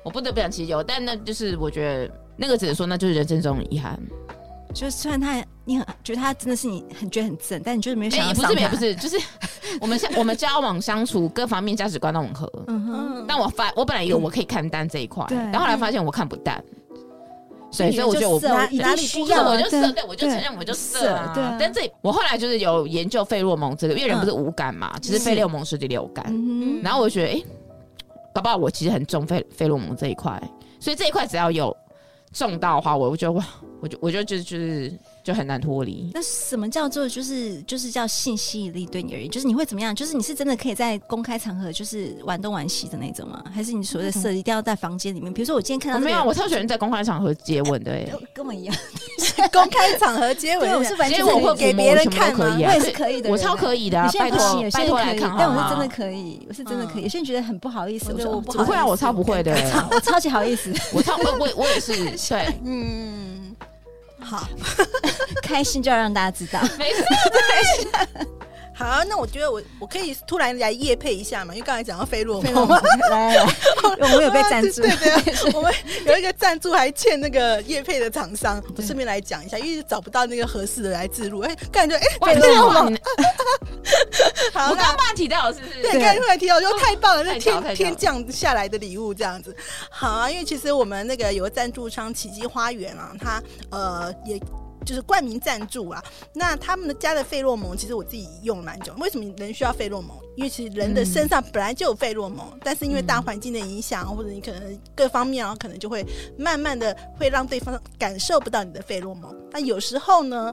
A: 我不得不讲，其实有，但那就是我觉得那个只能说那就是人生中的遗憾。
C: 就是虽然他你很觉得他真的是你很觉得很正，但你就是没有
A: 哎、
C: 想要
A: 也不
C: 上
A: 是，
C: 他。
A: 也不是， 就是我们相我们交往相处各方面价值观都很合。
C: 嗯哼，
B: 嗯，
A: 但我发我本来以为我可以看淡这一块，
C: 对嗯
A: 但后来发现我看不淡，所以
C: 你
A: 所以我觉得我
C: 就
A: 不
C: 色
B: 哪
C: 一定
B: 哪里
C: 需
B: 不
A: 是
C: 要
A: 我
C: 啊
A: 就
C: 对
A: 色，对我就承认我就色啊。
C: 色对啊
A: 但这我后来就是有研究费洛蒙这个，因为人
C: 嗯
A: 不是五感嘛，其实
C: 是
A: 费洛蒙是第六感。
C: 嗯
A: 然后我觉得，哎、搞不好我其实很重费费洛蒙这一块，所以这一块只要有中到的话，我我觉得哇，我就我就就是就是就很难脱离。
C: 那什么叫做就是就是叫性吸引力对你而言，就是你会怎么样？就是你是真的可以在公开场合就是玩东玩西的那种吗？还是你所谓的色一定要在房间里面？比如说我今天
A: 嗯
C: 看
A: 我
C: 到这
A: 没
C: 个
A: 有，啊
C: 人
A: 我超喜欢在公开场合接吻的、诶
C: 跟跟我一样，
B: 公开场合接吻，
C: 对，我是完
A: 接
C: 全
A: 吻或抚摸
B: 给别人
A: 什么都
B: 看
A: 可
B: 吗
A: 以
C: 我
A: 啊
C: 也是可以的人啊
A: 我超可以的、啊
C: 有，些
A: 拜
C: 人不行，
A: 托
C: 有些
A: 拜
C: 人
A: 托
C: 可
A: 来
C: 以，
A: 看好
C: 但我
A: 吗
C: 是真的可以，我是真的可以。有些人觉得很不好意思，
B: 我觉
C: 我
B: 得
C: 说
B: 我不
A: 不会啊，
B: 好意思
A: 我超不 会的、诶
C: 我超级好意思，
A: 我超我我我也 是对，
B: 嗯，好
C: 开心就要让大家 知道。
A: 没事。
B: 好，那我觉得我我可以突然来夜配一下嘛，因为刚才讲到菲洛
C: 来
B: 蒙，啊
C: 来来，我们有被赞助
B: 对，对， 我们有一个赞助还欠那个叶配的厂商，我顺便来讲一下，因为找不到那个合适的来置入，哎，感觉哎，
A: 哇，
B: 菲
A: 你
B: 洛蒙，
A: 你
B: 好，
A: 我
B: 那
A: 刚刚提到是不是？
B: 对，刚才突然提到，我就太棒了，
A: 太
B: 那
A: 巧太巧
B: 天
A: 了
B: 天降下来的礼物这样子。好啊，因为其实我们那个有个赞助商奇迹花园啊，它呃也。就是冠名赞助啊，那他们的家的费洛蒙，其实我自己用了蛮久。为什么人需要费洛蒙？因为其实人
A: 嗯
B: 的身上本来就有费洛蒙，但是因为大环境的影响，或者你可能各方面啊，可能就会慢慢的会让对方感受不到你的费洛蒙。那有时候呢，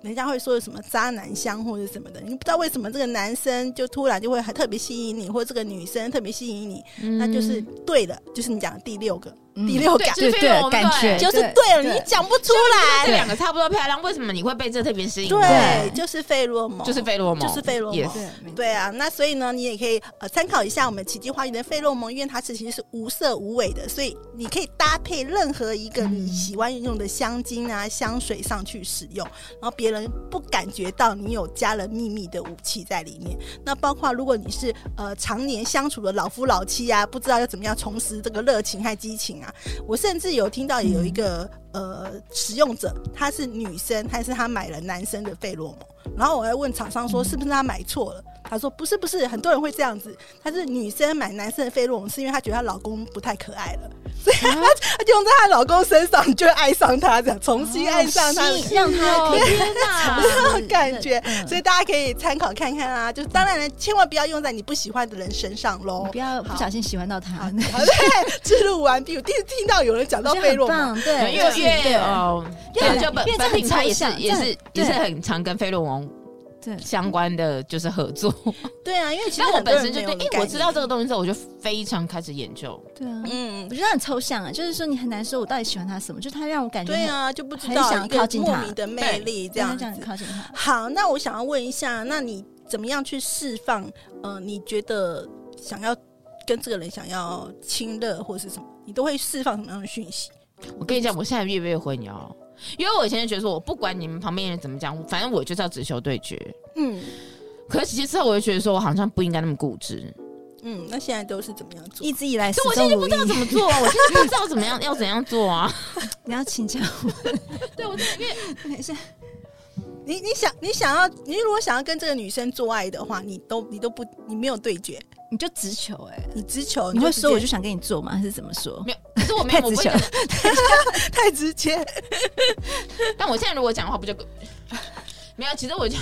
B: 人家会说有什么渣男香或者什么的，你不知道为什么这个男生就突然就会很特别吸引你，或者这个女生特别吸引你，那就是
A: 嗯
B: 对的，就是你讲的第六个、第六感，
A: 对，就是
C: 对
A: 费洛蒙
C: 感觉
A: 对
B: 就是对了，你讲不出
A: 这
B: 来，
A: 两个差不多漂亮，为什么你会被这特别吸引？
B: 对，就是费洛蒙，
A: 就是费洛蒙，
B: 就是费洛蒙
A: Yes
C: 对
B: 对啊，那所以呢，你也可以呃参考一下我们奇迹花园的费洛蒙，因为它其实是无色无味的，所以你可以搭配任何一个你喜欢用的香精啊、香水上去使用，然后别人不感觉到你有加了秘密的武器在里面。那包括如果你是呃常年相处的老夫老妻啊，不知道要怎么样重拾这个热情和激情啊，我甚至有听到
C: 嗯
B: 有一个、呃使用者，她是女生，但是她买了男生的费洛蒙。然后我还问厂
C: 嗯
B: 商说是不是他买错了，他说不是不是，很多人会这样子，他是女生买男生的费洛蒙是因为她觉得她老公不太可爱了，所以
C: 啊
B: 她她就用在她老公身上，你就会爱上他，这样重新爱上哦他。
C: 吸引让 他可以
A: 天哪！
B: 的感觉，
C: 哦嗯
B: 所以大家可以参考看看啊。就是当然了，千万不要用在你不喜欢的人身上喽
C: 你不。要不小心喜欢到 他，
B: 好，对，记录完毕。我第一次听到有人讲到
C: 我觉
B: 费
C: 得很
B: 洛蒙，
C: 棒，对，
A: 越
C: 就是
A: 越
C: 对
A: 哦，
C: 越
A: 对，就本
C: 越这
A: 本
C: 很
A: 品牌也是
C: 抽象
A: 也是
C: 这
A: 也
C: 很
A: 是很常跟费洛蒙
C: 对
A: 相关的就是合作。
B: 对啊，因为其实
A: 但我
B: 很多
A: 本
B: 人
A: 身就
B: 没有
A: 对，
B: 这个
A: 哎，我
B: 概
A: 知道
B: 念
A: 这个东西之后，我就非常开始研究。
C: 对啊，
B: 嗯
C: 我，觉得很抽象啊，就是说你很难说我到底喜欢他什么，就他让我感觉
B: 对
C: 很，
B: 啊，就不知
C: 很
B: 道
C: 想
B: 一个
C: 靠近
B: 莫
C: 他
B: 名的魅力这
C: 这
B: 样
C: 这样
B: 子。
C: 靠近他。
B: 好，那我想要问一下，那你怎么样去释放？呃，你觉得想要跟这个人想要亲热或是什么，你都会释放什么样的讯息？
A: 我跟你讲，我现在越来越混淆，因为我以前就觉得说，我不管你们旁边人怎么讲，反正我就是要只求对决。
B: 嗯，
A: 可是其实之后我就觉得说，我好像不应该那么固执，
B: 嗯嗯，那现在都是怎么样做？
C: 一直以来始
A: 所以我现
C: 终
A: 在就
C: 如
A: 不知。道
C: 一
A: 怎么做啊，我现在不知道怎么样要怎样做啊。
C: 你要请教我，
A: 对，我真的因为
C: 没事。
B: 你你想你想要你如果想要跟这个女生做爱的话，你都你都不你没有对决，
C: 你就直球哎、
B: 你直球，
C: 你会说我
B: 直 接
C: 就想跟你做吗？还是怎么说？
A: 没有，可是我没
C: 太
A: 有，我
C: 直
A: 不会
C: 球
A: 跟
C: 了，
B: 太直接，
A: 但我现在如果讲的话，不就没有？其实我就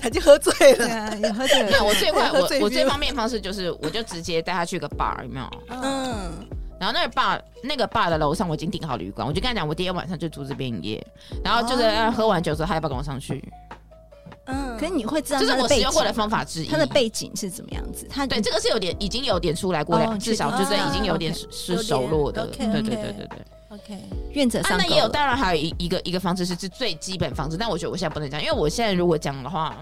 B: 他就喝醉
C: 对
B: 了。
C: 啊，有 喝酒
A: 没有，我最快
B: 喝醉
A: 我我
B: 晕
A: 最方便的方式就是，我就直接带他去个 bar，有没有？
C: 嗯，
B: 嗯，
A: 然后那个 bar 那个 bar 的楼上我已经订好旅馆，我就跟他讲，我第一天晚上就住这边营业。然后就是
B: 哦
A: 呃喝完酒之后，他要不要跟我上去？
B: 嗯，
C: 可是你会知道
A: 这是
C: 他
A: 我
C: 的
A: 使
C: 背
A: 用过的
C: 景，
A: 方法之一。
C: 他的背景是怎么样子？他
A: 对这个是有点已经有点出来过两，
C: 哦
A: 至少就是已经有点
C: 哦
A: 是
B: 有
A: 是
B: 点
A: 熟络的。对
B: OK，
A: 对对
B: OK
A: 对对。
B: OK，
C: 愿者
A: 啊，
C: 上
A: 那
C: 钩
A: 也有，
C: 了。
A: 当然还有一一个一个方式是是最基本方式，但我觉得我现在不能讲，因为我现在如果讲的话，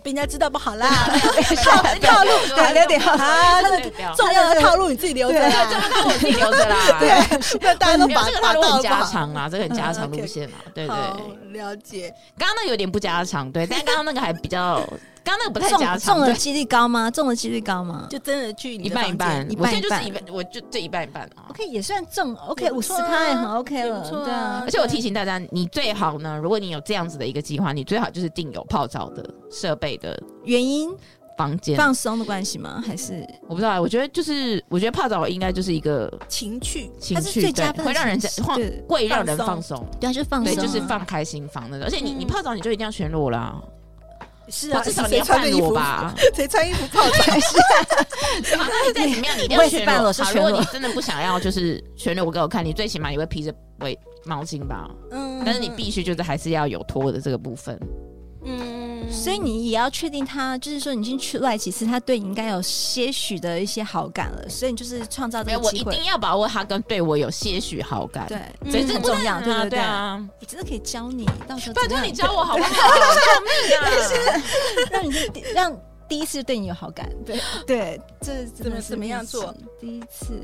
B: 被人家知道不好啦。
A: 套路
C: 对留点好
A: 啊，
B: 这
A: 对不要，
B: 重要的套路你自己留着
A: 啊这
B: 啦，
A: 个套路我自己留着 啦。 对，
B: 那大家都把
A: 这个
B: 把
A: 套路
B: 到
A: 很
B: 不
A: 家
B: 好。
A: 常啊啦，这个很家常
B: 嗯，OK
A: 路线嘛，对对。
B: 好，了解。
A: 刚刚那个有点不家常，对，但刚刚那个还比较，刚刚那个不太家
C: 中
A: 常，
C: 中的
A: 对
C: 几率高吗？中的几率高吗？
B: 就真的去你
A: 一
B: 的房
A: 半一
B: 间
A: 半，
C: 一半
A: 我现在就是
C: 一
A: 一半，我就这一半一半啊。
C: OK，也算中，OK，
B: 也
C: 五
B: 不
C: 十
B: 错啊
C: 趴也很 OK 了，
B: 也不错啊
C: 对啊
A: 而。且我提醒大家，你最好呢，如果你有这样子的一个计划，你最好就是订有泡澡的设备的
C: 原因
A: 房间。
C: 放松的关系吗？还是
A: 我不知道，啊我觉得就是，我觉得泡澡应该就是一个
B: 情趣。
A: 情
C: 它是
A: 趣，
C: 最
A: 对
C: 加分的
A: 会让人家
C: 情绪
A: 放
C: 对
A: 会让人放
B: 放
A: 松，
C: 对啊，就放松
A: 对，
C: 啊，
A: 就是放开心房那种。而且你你泡澡你就一定要全裸啦，
B: 是
A: 或
B: 啊，
A: 至少你
B: 谁
A: 要
B: 穿
A: 半
B: 着衣
A: 裸
B: 服？
A: 吧。
B: 谁穿衣服 泡澡？
A: 然后在里面你一定
C: 我
A: 要
C: 也是
A: 全
C: 半
A: 裸。
C: 裸是
A: 好，
C: 全
A: 如果
C: 裸
A: 你真的不想要就是全裸给我看，你最起码你会披着围毛巾吧，
B: 嗯
A: 但是你必须就是还是要有脱的这个部分。
B: 嗯，
C: 所以你也要确定他，就是说你已经出来几次，他对你应该有些许的一些好感了，所以你就是创造
A: 没
C: 这
A: 有，
C: 个
A: 我
C: 机
A: 一
C: 会
A: 定。要把握他跟对我有些许好感。
C: 对，
A: 所以
C: 这
A: 这
C: 很
A: 不能
C: 重要，对
A: 啊
C: 对
A: 对啊。
C: 你真的可以教你，到时候
A: 拜
C: 怎
A: 托
C: 么
A: 你
C: 样
A: 教我好不好？救命啊！
C: 让你第让第一次对你有 好感，对对，这真的
B: 么
C: 是
B: 怎么样做
C: 第一次？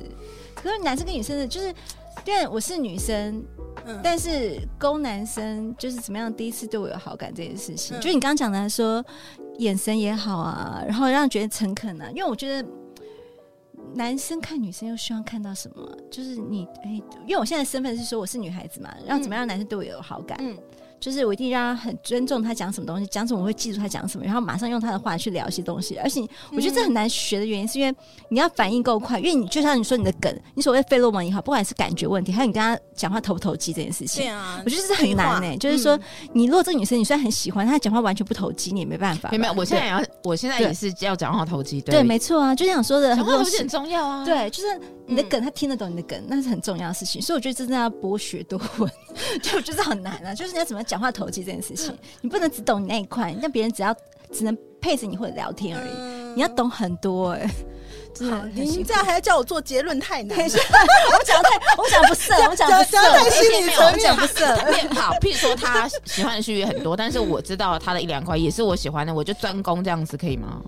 C: 可是男生跟女生的，就是对我是女生，
B: 嗯
C: 但是勾男生就是怎么样第一次对我有好感这件事情，
B: 嗯
C: 就你刚刚讲的说眼神也好啊，然后让觉得诚恳啊，因为我觉得。男生看女生又希望看到什么？就是你哎、因为我现在身份是说我是女孩子嘛，让怎么样让男生对我有好感？
B: 嗯
C: 就是我一定让他很尊重他讲什么东西，讲什么我会记住他讲什么，然后马上用他的话去聊一些东西。而且我觉得这很难学的原因，是因为你要反应够快，因为你就像你说你的梗，你所谓费洛蒙也好，不管是感觉问题，还有你跟他讲话投不投机这件事
B: 对
C: 情。
B: 啊，
C: 我觉得这很嗯难呢、
B: 呢，
C: 就是说，你如果这个女生你虽然很喜欢，她讲话完全不投机，你也没办法嘛。
A: 没有，我现在也要，我现在
C: 对
A: 也是要讲话投机，
C: 对对，没错啊，就像我说的，
A: 讲
C: 很
A: 话投
C: 多
A: 机很
C: 事
A: 重要啊。，
C: 对，就是你的
B: 嗯
C: 梗，她听得懂你的梗，那是很重要的事情。所以我觉得真的要博学多闻， 就我觉得很难啊，就是你要怎么讲话投机这件事情，你不能只懂你那一块，让别人只要只能配着你会聊天而已，
B: 嗯
C: 你要。懂很多哎、真的
B: 好
C: 很辛苦。啊
B: 您这样还要叫我做结论，太难
C: 等
B: 了
C: 一下。， 我讲太，我讲不色，我讲不
B: 讲
C: 色
B: 讲，在
A: 而且
B: 心理
A: 没有
B: 层
C: 我
B: 面
C: 讲，不色。
A: 面好，譬如说他喜欢的区域很多，但是我知道他的一两块也是我喜欢的，我就专攻这样子可以吗？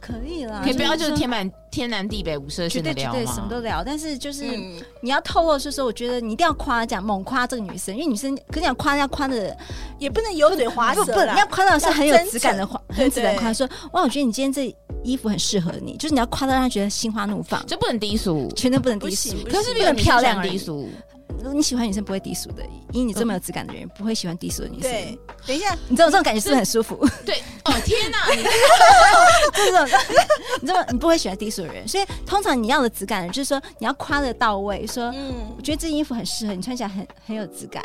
C: 可以啦，
A: 可以不要就是
C: 说
A: 天南天南地北五色
C: 绝
A: 线
C: 对
A: 的
C: 绝
A: 聊
C: 对什么都
A: 吗？
C: 聊，但是就是
B: 嗯
C: 你要透露，就是说，我觉得你一定要夸奖，猛夸这个女生，因为女生可讲夸要夸的
B: 也不能油嘴滑
C: 不
B: 舌
C: 不，
B: 啦
C: 你要夸到是很有
B: 要真
C: 质感
B: 诚
C: 的夸，很有质感
B: 对
C: 的夸说，哇，我觉得你今天这衣服很适合你，就是你要夸到让他觉得心花怒放，
A: 就不能低俗。
C: 全都不能低
B: 不
C: 俗
B: 行，不
C: 可
A: 可
C: 是
A: 是
C: 不
A: 没有
C: 能漂亮而
A: 低
C: 已。
A: 俗，
C: 你喜欢女生不会低俗的，以你这么有质感的人，不会喜欢低俗的女生。
B: 对，等一下，
C: 你知道这种感觉是不是很舒服？
A: 对哦天哪！你
C: 就是 这种，你知道你不会喜欢低俗的人，所以通常你要的质感就是说你要夸的到位，说
B: 嗯
C: 我觉得这件衣服很适合你，穿起来很很有质感。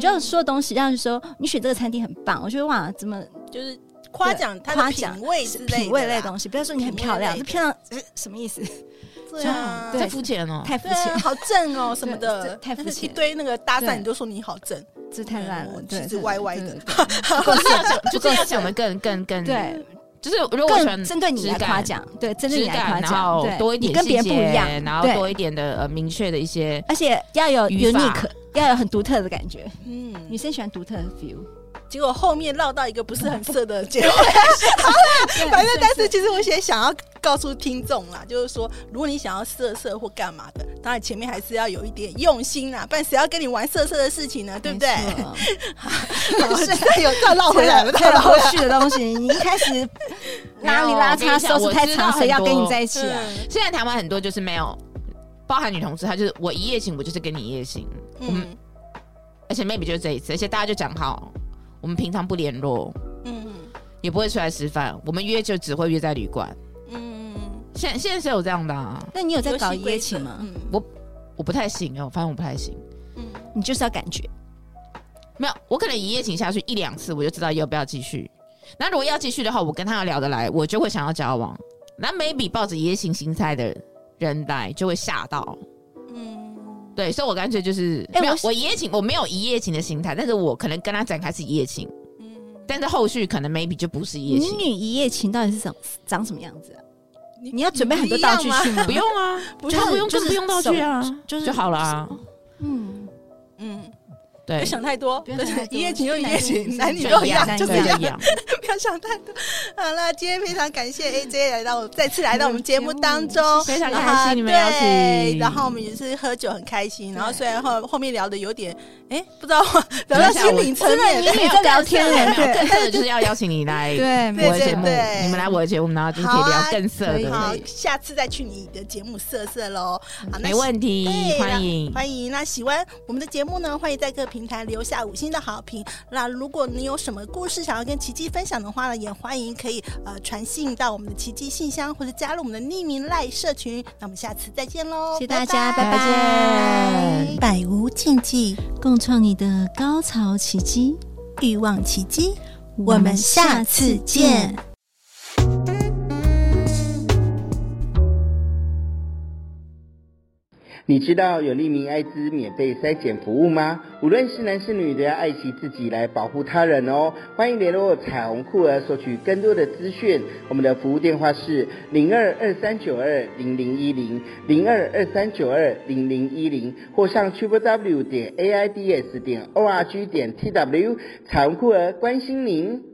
B: 嗯
C: 就要说东西，让人说你选这个餐厅很棒，我觉得哇，怎么
B: 嗯就是夸奖他的
C: 夸奖
B: 品味之类的啦
C: 品味类的东西，不要说你很漂亮，
B: 品味类
C: 这
B: 的
C: 漂亮呃什么意思？
B: 对啊，
C: 对
A: 太肤浅了。
C: 太肤
B: 对啊，
C: 浅，
B: 好正 哦什么的，
C: 对这太肤
B: 但是一
C: 浅
B: 堆那个搭
C: 对
B: 讪，你就说你好正，
C: 这太烂了，
B: 嗯
C: 对，
B: 气质歪歪的 嗯
C: 对，
A: 不是要讲，就是要讲的更更更，
C: 对，
A: 就是如果我喜欢
C: 更针对你来
A: 质感
C: 夸奖，对，针对
A: 质
C: 你来夸
A: 感，然
C: 奖，
A: 后
C: 对，
A: 多一点
C: 你跟别人
A: 细
C: 不一
A: 节
C: 样，
A: 然后
C: 对
A: 多一点的呃明确的一些
C: 而且要有
A: 语法
C: unique，要有很独特的感觉，
B: 嗯
C: 女，生喜欢独特的 feel。
B: 结果后面绕到一个不是很色的 结尾。 反正，但是其实我也想要告诉听众啦，就是说，如果你想要色色或干嘛的，当然前面还是要有一点用心啦，不然谁要跟你玩色色的事情呢？对不对？ 啊好 再有再绕回 来了，
C: 太
B: 再绕回
C: 后
B: 来
C: 续的东西，你一开始拉里拉叉收拾太长，谁要跟你在一起啊？
B: 嗯
A: 现在台湾很多就是没有包含女同志，她就是我一夜情，我就是跟你一夜情，
B: 嗯
A: 而且 maybe 就是这一次，而且大家就讲好，我们平常不联络，
B: 嗯
A: 也不会出来吃饭，我们约就只会约在旅馆。
B: 嗯，
A: 现现在是有这样的、啊，
C: 那你有在搞
B: 游
C: 一
B: 戏规
C: 夜
B: 则
C: 情吗？
B: 嗯
A: 我不太行哦，我发现我不太行。
B: 嗯
C: 你就是要感觉，
A: 没有，我可能一夜情下去一两次，我就知道要不要继续。那如果要继续的话，我跟他聊得来，我就会想要交往。那 maybe 抱着一夜情心态的人来，就会吓到。
B: 嗯
A: 对，所以我干脆就是，
C: 哎
A: 没有
C: 我是
A: 我一夜情，我没有一夜情的心态，但是我可能跟他展开是一夜情，
B: 嗯，
A: 但是后续可能 maybe 就不是一夜
C: 你
A: 情。
C: 女一夜情到底是长长什么样子啊？
B: 你
C: 你要准备很多道具去吗？
A: 不，用啊，
B: 不
C: 是
A: 他不用，
C: 就是
A: 更不用道具啊，
C: 就是
A: 就好了啊。
C: 嗯，
B: 嗯，
A: 对
B: 别，想太多，
C: 不要想太多
B: 一夜情就一夜情，男
C: 男
B: 女
C: 女
A: 就
B: 都
C: 一
B: 一
C: 样
B: 样，
C: 男
B: 就
C: 女
B: 是
A: 对
C: 都
B: 这样
A: 一。样。
B: 不要想太多。好了，今天非常感谢 AJ 来到我再次来到我们节目当中，
A: 嗯非常开心
B: 啊
A: 你们邀
B: 对
A: 请
B: 然后我们也是喝酒很开心，然后
C: 对
B: 虽然后后面聊的有点，哎，不知道聊到心灵层面
C: 真的
B: 了，
C: 你也在聊天
A: 没有更
C: 嘞，对
A: 色的就是要邀请你来
C: 对，
A: 我的
C: 没
B: 对
A: 节
C: 错
A: 目，
B: 对
A: 你们来我的节目，然后就是可以聊更色
C: 对
A: 的
B: 好，，啊下次再去你的节目色色喽。好，那
A: 没问题
B: 对，
A: 欢迎。
B: 欢迎。那喜欢我们的节目呢，欢迎在各平台留下五星的好评。那如果你有什么故事想要跟奇迹分享的话呢，也欢迎可以呃传信到我们的奇迹信箱，或者加入我们的匿名赖社群。那我们下次再见喽，
C: 谢谢大家，拜
A: 拜拜
C: 拜，
B: 百无禁忌，
C: 共创你的高潮奇迹，
B: 欲望奇迹，
C: 我
B: 我
C: 们
B: 们
C: 下
B: 下
C: 次
B: 次
C: 见
B: 见。
D: 你知道有利民艾滋免费筛检服务吗？无论是男是女，都要爱惜自己来保护他人哦。欢迎联络彩虹酷儿索取更多的资讯。我们的服务电话是零二二三九二零零一零零二二三九二零零一零，或上 triple w 点 a i d s 点 o r g 点 t w。彩虹酷儿关心您。